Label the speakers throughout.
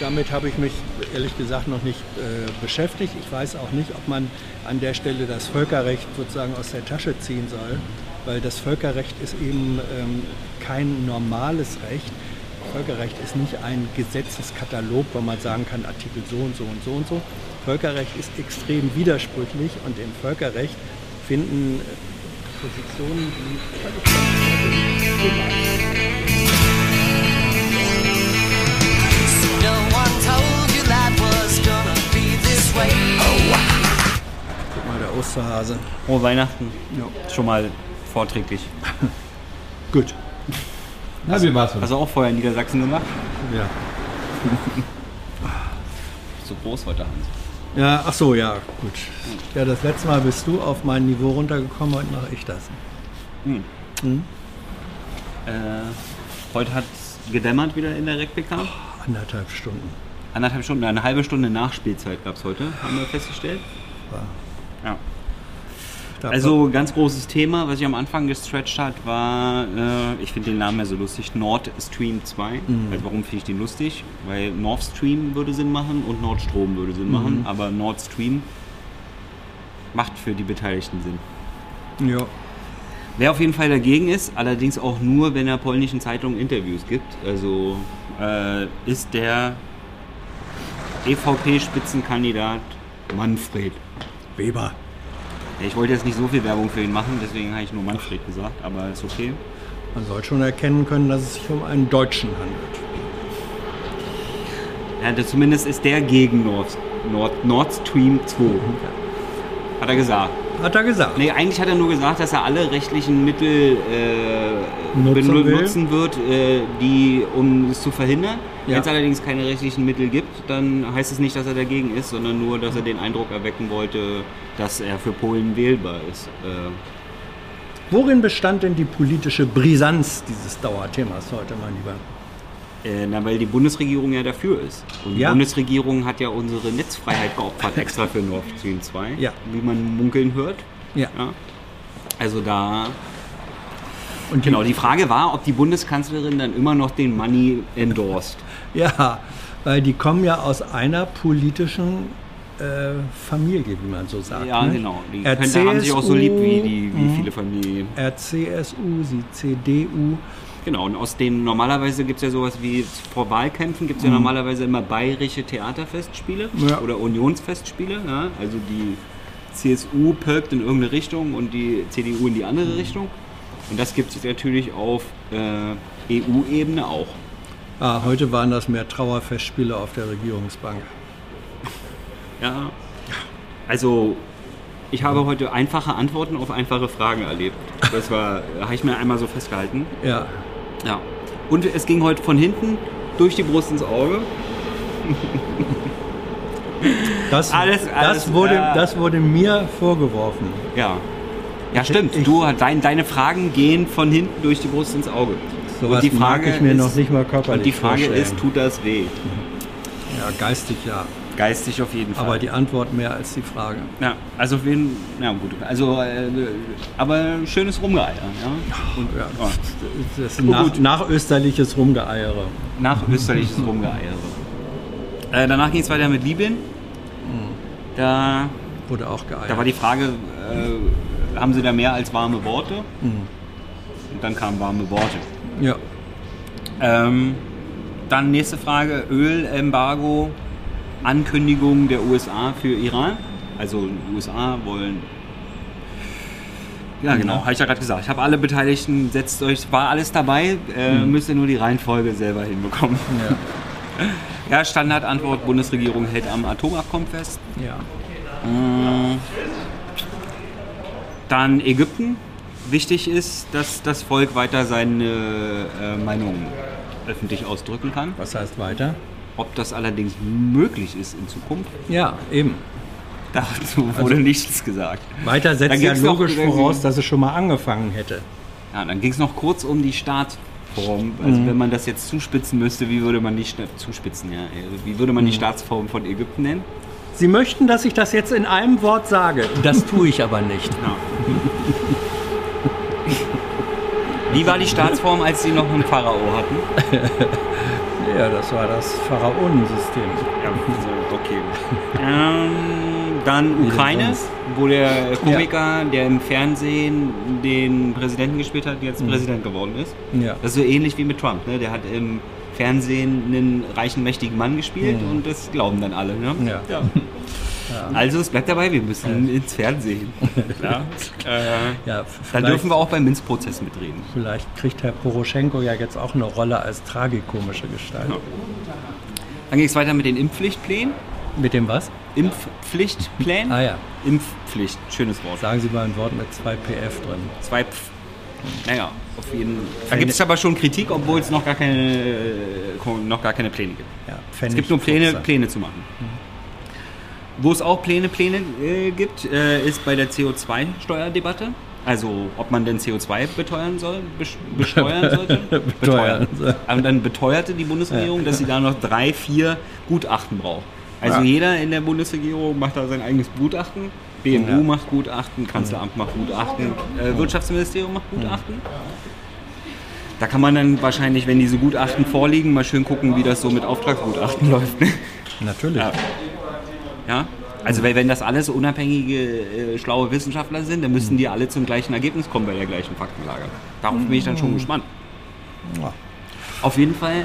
Speaker 1: Damit habe ich mich ehrlich gesagt noch nicht äh, beschäftigt. Ich weiß auch nicht, ob man an der Stelle das Völkerrecht sozusagen aus der Tasche ziehen soll, weil das Völkerrecht ist eben ähm, kein normales Recht. Völkerrecht ist nicht ein Gesetzeskatalog, wo man sagen kann, Artikel so und so und so und so. Völkerrecht ist extrem widersprüchlich und im Völkerrecht finden Positionen, die
Speaker 2: No one told you life was gonna be this way.
Speaker 1: Guck mal, der Osterhase.
Speaker 3: Frohe Weihnachten.
Speaker 1: Ja.
Speaker 3: Schon mal vorträglich.
Speaker 1: Gut.
Speaker 4: Na, wie war's?
Speaker 3: Hast du auch vorher in Niedersachsen gemacht?
Speaker 1: Ja.
Speaker 3: So groß heute, Hans.
Speaker 1: Ja, ach so, ja, gut. Ja, das letzte Mal bist du auf mein Niveau runtergekommen, heute mache ich das.
Speaker 3: Hm. Mhm. Äh, heute hat gedämmert wieder in der Replika.
Speaker 1: Anderthalb Stunden.
Speaker 3: Anderthalb Stunden, eine halbe Stunde Nachspielzeit gab es heute, haben wir festgestellt.
Speaker 1: War.
Speaker 3: Ja.
Speaker 1: Da
Speaker 3: Also ganz großes Thema, was ich am Anfang gestretched hat, war, äh, ich finde den Namen ja so lustig, Nord Stream 2. Also warum finde ich den lustig? Weil Nord Stream würde Sinn machen und Nordstrom würde Sinn machen, aber Nord Stream macht für die Beteiligten Sinn.
Speaker 1: ja.
Speaker 3: Wer auf jeden Fall dagegen ist, allerdings auch nur, wenn er polnischen Zeitungen Interviews gibt, also äh, ist der EVP-Spitzenkandidat Manfred.
Speaker 1: Weber.
Speaker 3: Ja, Ich wollte jetzt nicht so viel Werbung für ihn machen, deswegen habe ich nur Manfred gesagt, aber ist okay.
Speaker 1: Man sollte schon erkennen können, dass es sich um einen Deutschen handelt.
Speaker 3: Ja, das zumindest ist der gegen Nord, Nord, Nord Stream 2. Hat er gesagt.
Speaker 1: Hat er gesagt.
Speaker 3: Nee, eigentlich hat er nur gesagt, dass er alle rechtlichen Mittel äh,
Speaker 1: Nutzen
Speaker 3: benut-
Speaker 1: will.
Speaker 3: nutzen wird, äh, die, um es zu verhindern.
Speaker 1: Ja.
Speaker 3: Wenn es allerdings keine rechtlichen Mittel gibt, dann heißt es nicht, dass er dagegen ist, sondern nur, dass er den Eindruck erwecken wollte, dass er für Polen wählbar ist. Äh,
Speaker 1: Worin bestand denn die politische Brisanz dieses Dauerthemas heute, mein Lieber?
Speaker 3: Äh, na, weil die Bundesregierung ja dafür ist. Und die
Speaker 1: Ja.
Speaker 3: Bundesregierung hat ja unsere Netzfreiheit geopfert, extra für Nord Stream 2,
Speaker 1: Ja.
Speaker 3: wie man munkeln hört.
Speaker 1: Ja.
Speaker 3: Ja. Also da.
Speaker 1: Und die-
Speaker 3: Genau, die Frage war, ob die Bundeskanzlerin dann immer noch den Money endorst.
Speaker 1: Ja, weil die kommen ja aus einer politischen äh, Familie, wie man so sagt.
Speaker 3: Ja,
Speaker 1: ne?
Speaker 3: genau. Die
Speaker 1: Er
Speaker 3: könnte, haben sich auch so lieb wie, die, wie
Speaker 1: CSU,
Speaker 3: viele Familien.
Speaker 1: Er CSU, sie CDU.
Speaker 3: Genau, und aus dem normalerweise gibt es ja sowas wie vor Wahlkämpfen gibt es ja normalerweise immer bayerische Theaterfestspiele
Speaker 1: Ja.
Speaker 3: oder Unionsfestspiele. Ja? Also die CSU pölkt in irgendeine Richtung und die CDU in die andere Richtung. Und das gibt es natürlich auf äh, EU-Ebene auch.
Speaker 1: Ah, heute waren das mehr Trauerfestspiele auf der Regierungsbank.
Speaker 3: Ja. Also ich habe heute einfache Antworten auf einfache Fragen erlebt. Das war, habe ich mir einmal so festgehalten.
Speaker 1: Ja,
Speaker 3: Ja. Und es ging heute von hinten durch die Brust ins Auge.
Speaker 1: das,
Speaker 3: Alles- alles-
Speaker 1: das, wurde,
Speaker 3: ja.
Speaker 1: das wurde mir vorgeworfen.
Speaker 3: Ja. Ja, stimmt. du, dein, deine Fragen gehen von hinten durch die Brust ins Auge.
Speaker 1: Sowas mag ich mir noch nicht mal körperlich
Speaker 3: Und die Frage
Speaker 1: vorstellen.
Speaker 3: ist, tut das weh?
Speaker 1: Ja, geistig ja,
Speaker 3: Geistig auf jeden Fall.
Speaker 1: aber die Antwort mehr als die Frage.
Speaker 3: ja, also wen, na gut, also äh, aber schönes Rumgeeier, ja. Und
Speaker 1: Ja,
Speaker 3: ja,
Speaker 1: das ist nach,
Speaker 3: Oh. gut.
Speaker 1: nachösterliches Rumgeeiere.
Speaker 3: nach österliches Rumgeeiere. Äh, danach ging es weiter mit Libyen.
Speaker 1: Mhm.
Speaker 3: Da,
Speaker 1: Wurde auch geeiert.
Speaker 3: da war die Frage, äh, haben sie da mehr als warme Worte?
Speaker 1: Mhm.
Speaker 3: Und dann kamen warme Worte.
Speaker 1: ja.
Speaker 3: Ähm, dann nächste Frage: Ölembargo, Ankündigung der USA für Iran. Also die USA wollen. Ja, genau, habe ich ja gerade gesagt. Ich habe alle Beteiligten, setzt euch, war alles dabei, äh, müsst ihr nur die Reihenfolge selber hinbekommen.
Speaker 1: Ja.
Speaker 3: Ja, Standardantwort: Bundesregierung hält am Atomabkommen fest.
Speaker 1: ja.
Speaker 3: Dann Ägypten. Wichtig ist, dass das Volk weiter seine äh, Meinung öffentlich ausdrücken kann.
Speaker 1: Was heißt weiter?
Speaker 3: Ob das allerdings möglich ist in Zukunft,
Speaker 1: Ja, eben.
Speaker 3: Dazu wurde nichts gesagt.
Speaker 1: Weiter
Speaker 3: Dann
Speaker 1: setzt ja
Speaker 3: gibt's noch-
Speaker 1: logisch voraus, dass es schon mal angefangen hätte.
Speaker 3: Ja, dann ging es noch kurz um die Staatsform. Also wenn man das jetzt zuspitzen müsste, wie würde man die Sta- zuspitzen, ja. Also Wie würde man die Staatsform von Ägypten nennen?
Speaker 1: Sie möchten, dass ich das jetzt in einem Wort sage. Das tue ich aber nicht.
Speaker 3: Ja. wie war die Staatsform, als sie noch einen Pharao hatten?
Speaker 1: Ja, das war das Pharaonensystem.
Speaker 3: Ja, so, okay. ähm, dann Ukraine,
Speaker 4: sonst?
Speaker 3: wo der Komiker, der im Fernsehen den Präsidenten gespielt hat, jetzt Präsident geworden ist.
Speaker 1: Ja.
Speaker 3: Das ist so ähnlich wie mit Trump. Ne? Der hat im Fernsehen einen reichen, mächtigen Mann gespielt und das glauben dann alle. Ne?
Speaker 1: Ja.
Speaker 3: Also es bleibt dabei, wir müssen ins Fernsehen. ja. äh,
Speaker 1: Ja,
Speaker 3: dann
Speaker 1: vielleicht-
Speaker 3: dürfen wir auch beim Minzprozess mitreden.
Speaker 1: Vielleicht kriegt Herr Poroschenko ja jetzt auch eine Rolle als tragikomische Gestalt.
Speaker 3: Dann ging es weiter mit den Impfpflichtplänen.
Speaker 1: Mit dem was?
Speaker 3: Impfpflichtplänen?
Speaker 1: Ah ja,
Speaker 3: Impfpflicht, schönes Wort.
Speaker 1: sagen Sie mal ein Wort mit zwei PF drin.
Speaker 3: Zwei Pf. Naja, auf jeden Fall. Da gibt es aber schon Kritik, obwohl es noch gar keine, äh, noch gar keine Pläne gibt.
Speaker 1: Ja,
Speaker 3: Es gibt nur Pläne, Pläne zu machen. Wo es auch Pläne, Pläne äh, gibt, äh, ist bei der CO2-Steuerdebatte. Also, ob man denn CO2 beteuern soll, besch- besteuern sollte.
Speaker 1: Beteuern soll.
Speaker 3: Und dann beteuerte die Bundesregierung, dass sie da noch drei, vier Gutachten braucht. Also jeder in der Bundesregierung macht da sein eigenes Gutachten. BMU
Speaker 1: Ja.
Speaker 3: macht Gutachten, Kanzleramt macht Gutachten, äh, Wirtschaftsministerium macht Gutachten. Da kann man dann wahrscheinlich, wenn diese Gutachten vorliegen, mal schön gucken, wie das so mit Auftragsgutachten läuft. ne?
Speaker 1: Natürlich.
Speaker 3: Ja. Ja? Also weil wenn das alles unabhängige, äh, schlaue Wissenschaftler sind, dann
Speaker 1: Mhm.
Speaker 3: müssen die alle zum gleichen Ergebnis kommen bei der gleichen Faktenlage. Darauf bin ich dann schon gespannt.
Speaker 1: Mhm. Ja.
Speaker 3: Auf jeden Fall,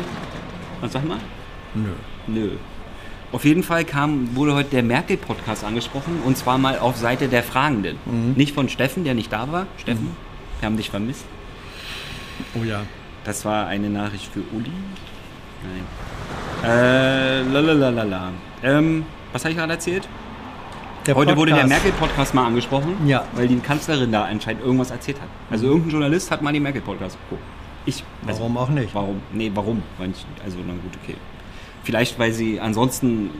Speaker 3: was sag mal?
Speaker 1: Nö.
Speaker 3: Nö. Auf jeden Fall kam, wurde heute der Merkel-Podcast angesprochen und zwar mal auf Seite der Fragenden.
Speaker 1: Mhm.
Speaker 3: Nicht von Steffen, der nicht da war. Steffen, wir haben dich vermisst.
Speaker 1: Oh ja.
Speaker 3: Das war eine Nachricht für Uli. Nein. Äh, lalalala. Ähm, was habe ich gerade erzählt?
Speaker 1: Der
Speaker 3: Heute wurde der
Speaker 1: Podcast.
Speaker 3: Merkel-Podcast mal angesprochen,
Speaker 1: Ja. Mhm.
Speaker 3: weil die Kanzlerin da anscheinend irgendwas erzählt hat. Also irgendein Journalist hat mal den Merkel-Podcast geguckt. Ich. also-
Speaker 1: Warum auch nicht?
Speaker 3: Warum? Nee, warum? Weil ich- Also, na gut, okay. Vielleicht, weil sie ansonsten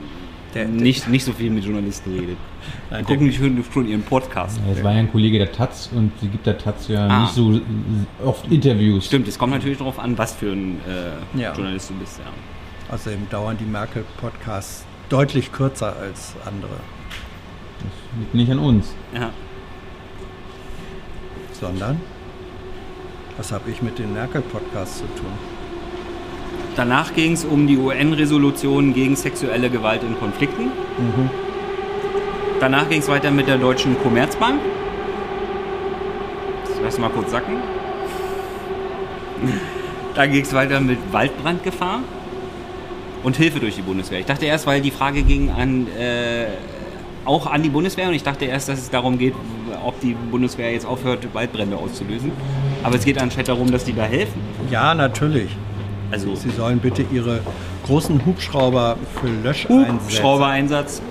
Speaker 1: Der-
Speaker 3: nicht, nicht so viel mit Journalisten redet. Die
Speaker 1: Nein, Mhm.
Speaker 3: gucken nicht schon schon ihren Podcast.
Speaker 4: Es war ja ein Kollege der Taz und sie gibt der Taz ja
Speaker 3: Ah.
Speaker 4: nicht so oft Interviews.
Speaker 3: Stimmt, es kommt natürlich darauf an, was für ein äh,
Speaker 1: Ja.
Speaker 3: Journalist du bist. Ja.
Speaker 1: Außerdem dauern die Merkel-Podcasts deutlich kürzer als andere.
Speaker 4: Liegt nicht an uns.
Speaker 3: Ja.
Speaker 1: Sondern, was habe ich mit den Merkel-Podcasts zu tun?
Speaker 3: Danach ging es um die UN-Resolution gegen sexuelle Gewalt in Konflikten. Danach ging es weiter mit der Deutschen Commerzbank. Das lassen wir mal kurz sacken. Dann ging es weiter mit Waldbrandgefahr und Hilfe durch die Bundeswehr. Ich dachte erst, weil die Frage ging an, äh, auch an die Bundeswehr und ich dachte erst, dass es darum geht, ob die Bundeswehr jetzt aufhört, Waldbrände auszulösen. Aber es geht anscheinend darum, dass die da helfen.
Speaker 1: Ja, natürlich.
Speaker 3: Also
Speaker 1: Sie sollen bitte Ihre großen Hubschrauber für Löscheinsätze,
Speaker 3: Hubschrauber-Einsatz.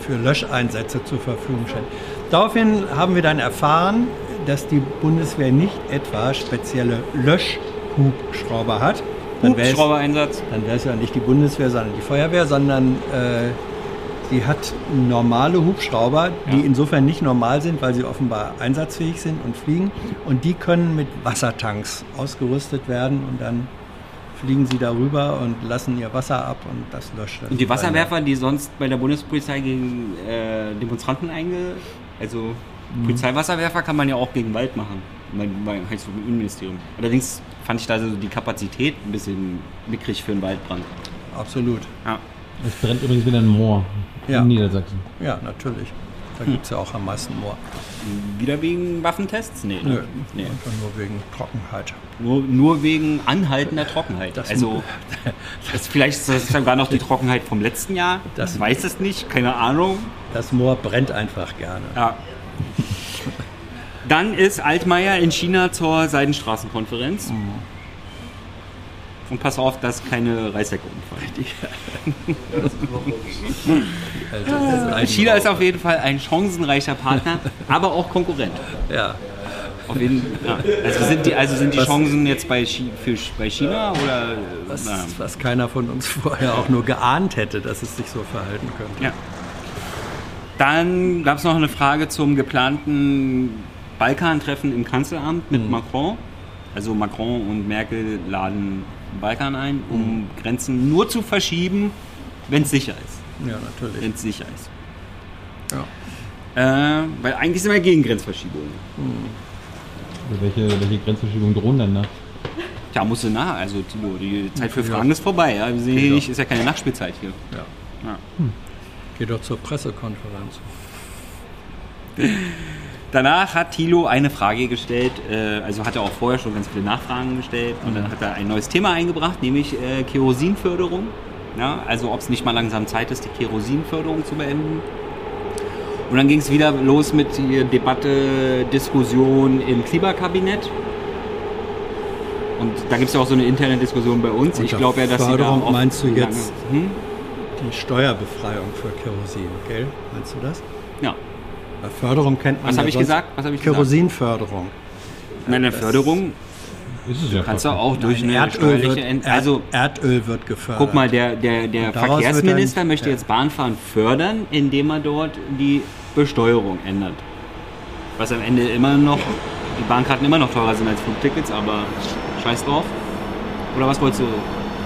Speaker 1: für Löscheinsätze zur Verfügung stellen. Daraufhin haben wir dann erfahren, dass die Bundeswehr nicht etwa spezielle Löschhubschrauber hat. Dann wär's-
Speaker 3: Hubschrauber-Einsatz.
Speaker 1: dann wäre es ja nicht die Bundeswehr, sondern die Feuerwehr, sondern äh, sie hat normale Hubschrauber, die
Speaker 3: Ja.
Speaker 1: insofern nicht normal sind, weil sie offenbar einsatzfähig sind und fliegen. Und die können mit Wassertanks ausgerüstet werden und dann fliegen sie darüber und lassen ihr Wasser ab und das löscht. das
Speaker 3: Und die
Speaker 1: Feuer.
Speaker 3: Wasserwerfer, die sonst bei der Bundespolizei gegen äh, Demonstranten einge... Also Polizeiwasserwerfer kann man ja auch gegen Wald machen. Mein, mein, heißt so im Innenministerium. Allerdings fand ich da so die Kapazität ein bisschen mickrig für einen Waldbrand.
Speaker 1: Absolut.
Speaker 3: Ja.
Speaker 4: Es brennt übrigens wieder ein Moor
Speaker 1: Ja.
Speaker 4: in Niedersachsen.
Speaker 1: Ja, natürlich. Da
Speaker 3: Hm.
Speaker 1: gibt es ja auch am meisten Moor.
Speaker 3: Wieder wegen Waffentests? Nee. ne?
Speaker 1: Nö,
Speaker 3: nee.
Speaker 1: einfach nur wegen Trockenheit.
Speaker 3: Nur, nur wegen anhaltender Trockenheit.
Speaker 1: Das-
Speaker 3: also das, vielleicht ist das sogar noch die Trockenheit vom letzten Jahr.
Speaker 1: Das-
Speaker 3: Das weiß es nicht, keine Ahnung.
Speaker 1: Das Moor brennt einfach gerne.
Speaker 3: Ja. Dann ist Altmaier in China zur Seidenstraßenkonferenz.
Speaker 1: Mhm.
Speaker 3: Und pass auf, dass keine Reissäcke umfallen.
Speaker 1: Also, das ist ein
Speaker 3: Ah. China ist
Speaker 1: Moor.
Speaker 3: auf jeden Fall ein chancenreicher Partner, aber auch Konkurrent.
Speaker 1: Ja.
Speaker 3: Auf jeden, ja. also, sind die, also sind die
Speaker 1: Was-
Speaker 3: Chancen jetzt bei, Chi, für, bei China oder? ähm,
Speaker 1: Was,
Speaker 3: na,
Speaker 1: was keiner von uns vorher auch nur geahnt hätte, dass es sich so verhalten könnte.
Speaker 3: ja. Dann gab es noch eine Frage zum geplanten Balkantreffen im Kanzleramt mit Macron. Also Macron und Merkel laden Balkan ein, um Grenzen nur zu verschieben, wenn es sicher ist.
Speaker 1: Ja, natürlich.
Speaker 3: Wenn es sicher ist.
Speaker 1: Ja.
Speaker 3: Äh, weil eigentlich sind wir gegen Grenzverschiebungen.
Speaker 4: Also welche, welche Grenzverschiebungen drohen denn da?
Speaker 3: Ja, musst du nach. Also Tilo, die Zeit für Fragen ist vorbei. Ja? Wir sehen hier
Speaker 1: Ja.
Speaker 3: nicht, ist ja keine Nachspielzeit hier.
Speaker 1: Ja.
Speaker 3: Ja.
Speaker 1: Geh doch zur Pressekonferenz.
Speaker 3: Danach hat Thilo eine Frage gestellt, äh, also hat er auch vorher schon ganz viele Nachfragen gestellt und
Speaker 1: Mhm.
Speaker 3: dann hat er ein neues Thema eingebracht, nämlich äh, Kerosinförderung. Ja, also ob es nicht mal langsam Zeit ist, die Kerosinförderung zu beenden. Und dann ging es wieder los mit hier Debatte, Diskussion im Klimakabinett. Und da gibt es ja auch so eine interne Diskussion bei uns. Ich
Speaker 1: Unter
Speaker 3: glaube ja, dass sie da
Speaker 1: Förderung
Speaker 3: auch
Speaker 1: meinst du
Speaker 3: lange-
Speaker 1: jetzt-
Speaker 3: Hm?
Speaker 1: Die Steuerbefreiung für Kerosin, gell? Meinst du das?
Speaker 3: Ja.
Speaker 1: Bei Förderung kennt man
Speaker 3: Was
Speaker 1: ja
Speaker 3: habe ich
Speaker 1: sonst-
Speaker 3: gesagt? Was habe ich gesagt?
Speaker 1: Kerosinförderung.
Speaker 3: Nein, eine Förderung
Speaker 4: Ist es ja
Speaker 3: kannst du
Speaker 4: fast.
Speaker 3: auch durch eine
Speaker 1: Erdöl
Speaker 3: steuerliche...
Speaker 1: wird,
Speaker 3: Ent
Speaker 1: Erd-
Speaker 3: also,
Speaker 1: Erdöl wird gefördert.
Speaker 3: Guck mal, der, der, der
Speaker 1: Und daraus wird
Speaker 3: Verkehrsminister
Speaker 1: dann-
Speaker 3: möchte
Speaker 1: ja.
Speaker 3: jetzt Bahnfahren fördern, indem er dort die Besteuerung ändert. Was am Ende immer noch, die Bahnkarten immer noch teurer sind als Flugtickets, aber scheiß drauf. Oder was wolltest du?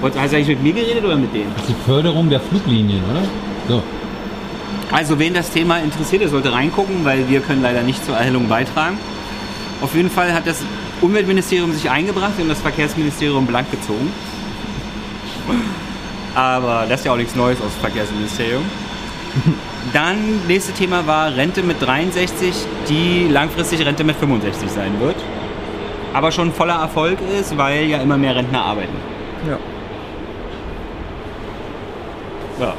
Speaker 3: Wolltest, hast du eigentlich mit mir geredet oder mit denen?
Speaker 4: Das ist die Förderung der Fluglinien, oder? So.
Speaker 3: Also wen das Thema interessiert, der sollte reingucken, weil wir können leider nicht zur Erhellung beitragen. Auf jeden Fall hat das Umweltministerium sich eingebracht und das Verkehrsministerium blank gezogen. Aber das ist ja auch nichts Neues aus dem Verkehrsministerium. Dann, nächstes Thema war Rente mit 63, die langfristig Rente mit 65 sein wird. Aber schon voller Erfolg ist, weil ja immer mehr Rentner arbeiten.
Speaker 1: Ja.
Speaker 3: Ja.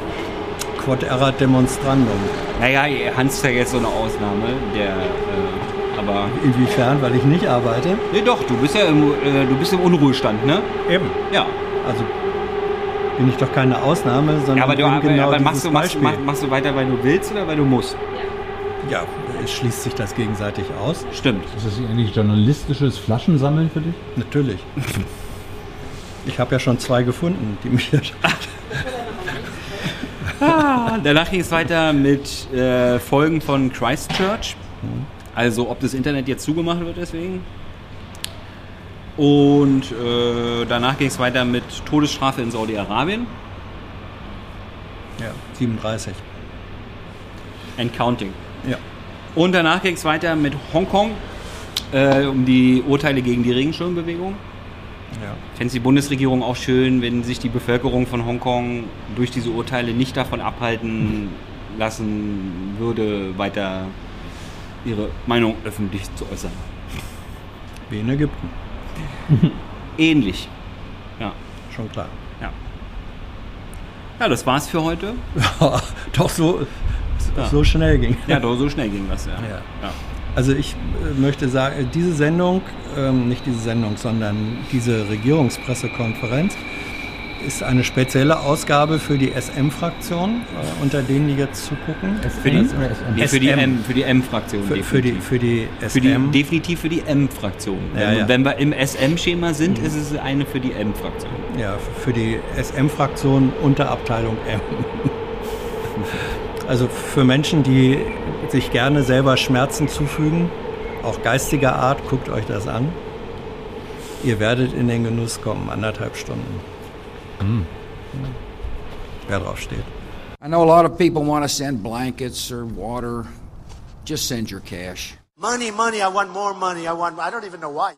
Speaker 1: Quod erat demonstrandum.
Speaker 3: Naja, Hans ist ja jetzt so eine Ausnahme, der. Äh, aber
Speaker 1: Inwiefern? Weil ich nicht arbeite?
Speaker 3: Nee, doch, du bist ja im, äh, du bist im Unruhestand, ne?
Speaker 1: Eben.
Speaker 3: Ja.
Speaker 1: Also bin ich doch keine Ausnahme, sondern
Speaker 3: ja aber du,
Speaker 1: bin
Speaker 3: aber,
Speaker 1: genau
Speaker 3: aber machst,
Speaker 1: dieses
Speaker 3: du, machst,
Speaker 1: Beispiel.
Speaker 3: mach- machst du weiter, weil du willst oder weil du musst?
Speaker 1: Ja, es schließt sich das gegenseitig aus.
Speaker 3: Stimmt.
Speaker 4: Ist das eigentlich journalistisches Flaschensammeln für dich?
Speaker 1: Natürlich. Ich habe ja schon zwei gefunden, die mich.
Speaker 3: Ah. Danach ging es weiter mit äh, Folgen von Christchurch. Also ob das Internet jetzt zugemacht wird deswegen. Und äh, danach ging es weiter mit Todesstrafe in Saudi-Arabien.
Speaker 1: Ja, 37.
Speaker 3: And counting.
Speaker 1: Ja.
Speaker 3: Und danach ging es weiter mit Hongkong äh, um die Urteile gegen die Regenschirmbewegung.
Speaker 1: ja.
Speaker 3: Fände die Bundesregierung auch schön, wenn sich die Bevölkerung von Hongkong durch diese Urteile nicht davon abhalten lassen würde, weiter ihre Meinung öffentlich zu äußern.
Speaker 1: Wie in Ägypten,
Speaker 3: Ähnlich. Ja,
Speaker 1: schon klar.
Speaker 3: ja. Ja, das war's für heute.
Speaker 1: Doch so,
Speaker 3: Ja.
Speaker 1: so schnell ging.
Speaker 3: Ja, doch, so schnell ging das, ja.
Speaker 1: Ja.
Speaker 3: ja.
Speaker 1: Also ich äh, möchte sagen, diese Sendung, ähm, nicht diese Sendung, sondern diese Regierungspressekonferenz ist eine spezielle Ausgabe für die SM-Fraktion, äh, unter denen die jetzt zugucken.
Speaker 3: Für die,
Speaker 4: oder SM?
Speaker 3: nee, für die
Speaker 1: SM.
Speaker 3: M, für die M-Fraktion.
Speaker 1: Für, für die,
Speaker 3: definitiv.
Speaker 1: für die SM.
Speaker 3: Für die, definitiv für die M-Fraktion.
Speaker 1: Ja,
Speaker 3: wenn,
Speaker 1: ja. Mhm.
Speaker 3: wenn wir im SM-Schema sind, ist es eine für die M-Fraktion.
Speaker 1: Ja, für die SM-Fraktion Unterabteilung M. Also für Menschen, die sich gerne selber Schmerzen zufügen, auch geistiger Art, guckt euch das an. Ihr werdet in den Genuss kommen, anderthalb Stunden. Wer drauf steht.
Speaker 5: I know a lot of people want to send blankets or water. Just send your cash.
Speaker 6: Money, money, I want more money. I want, I don't even know why.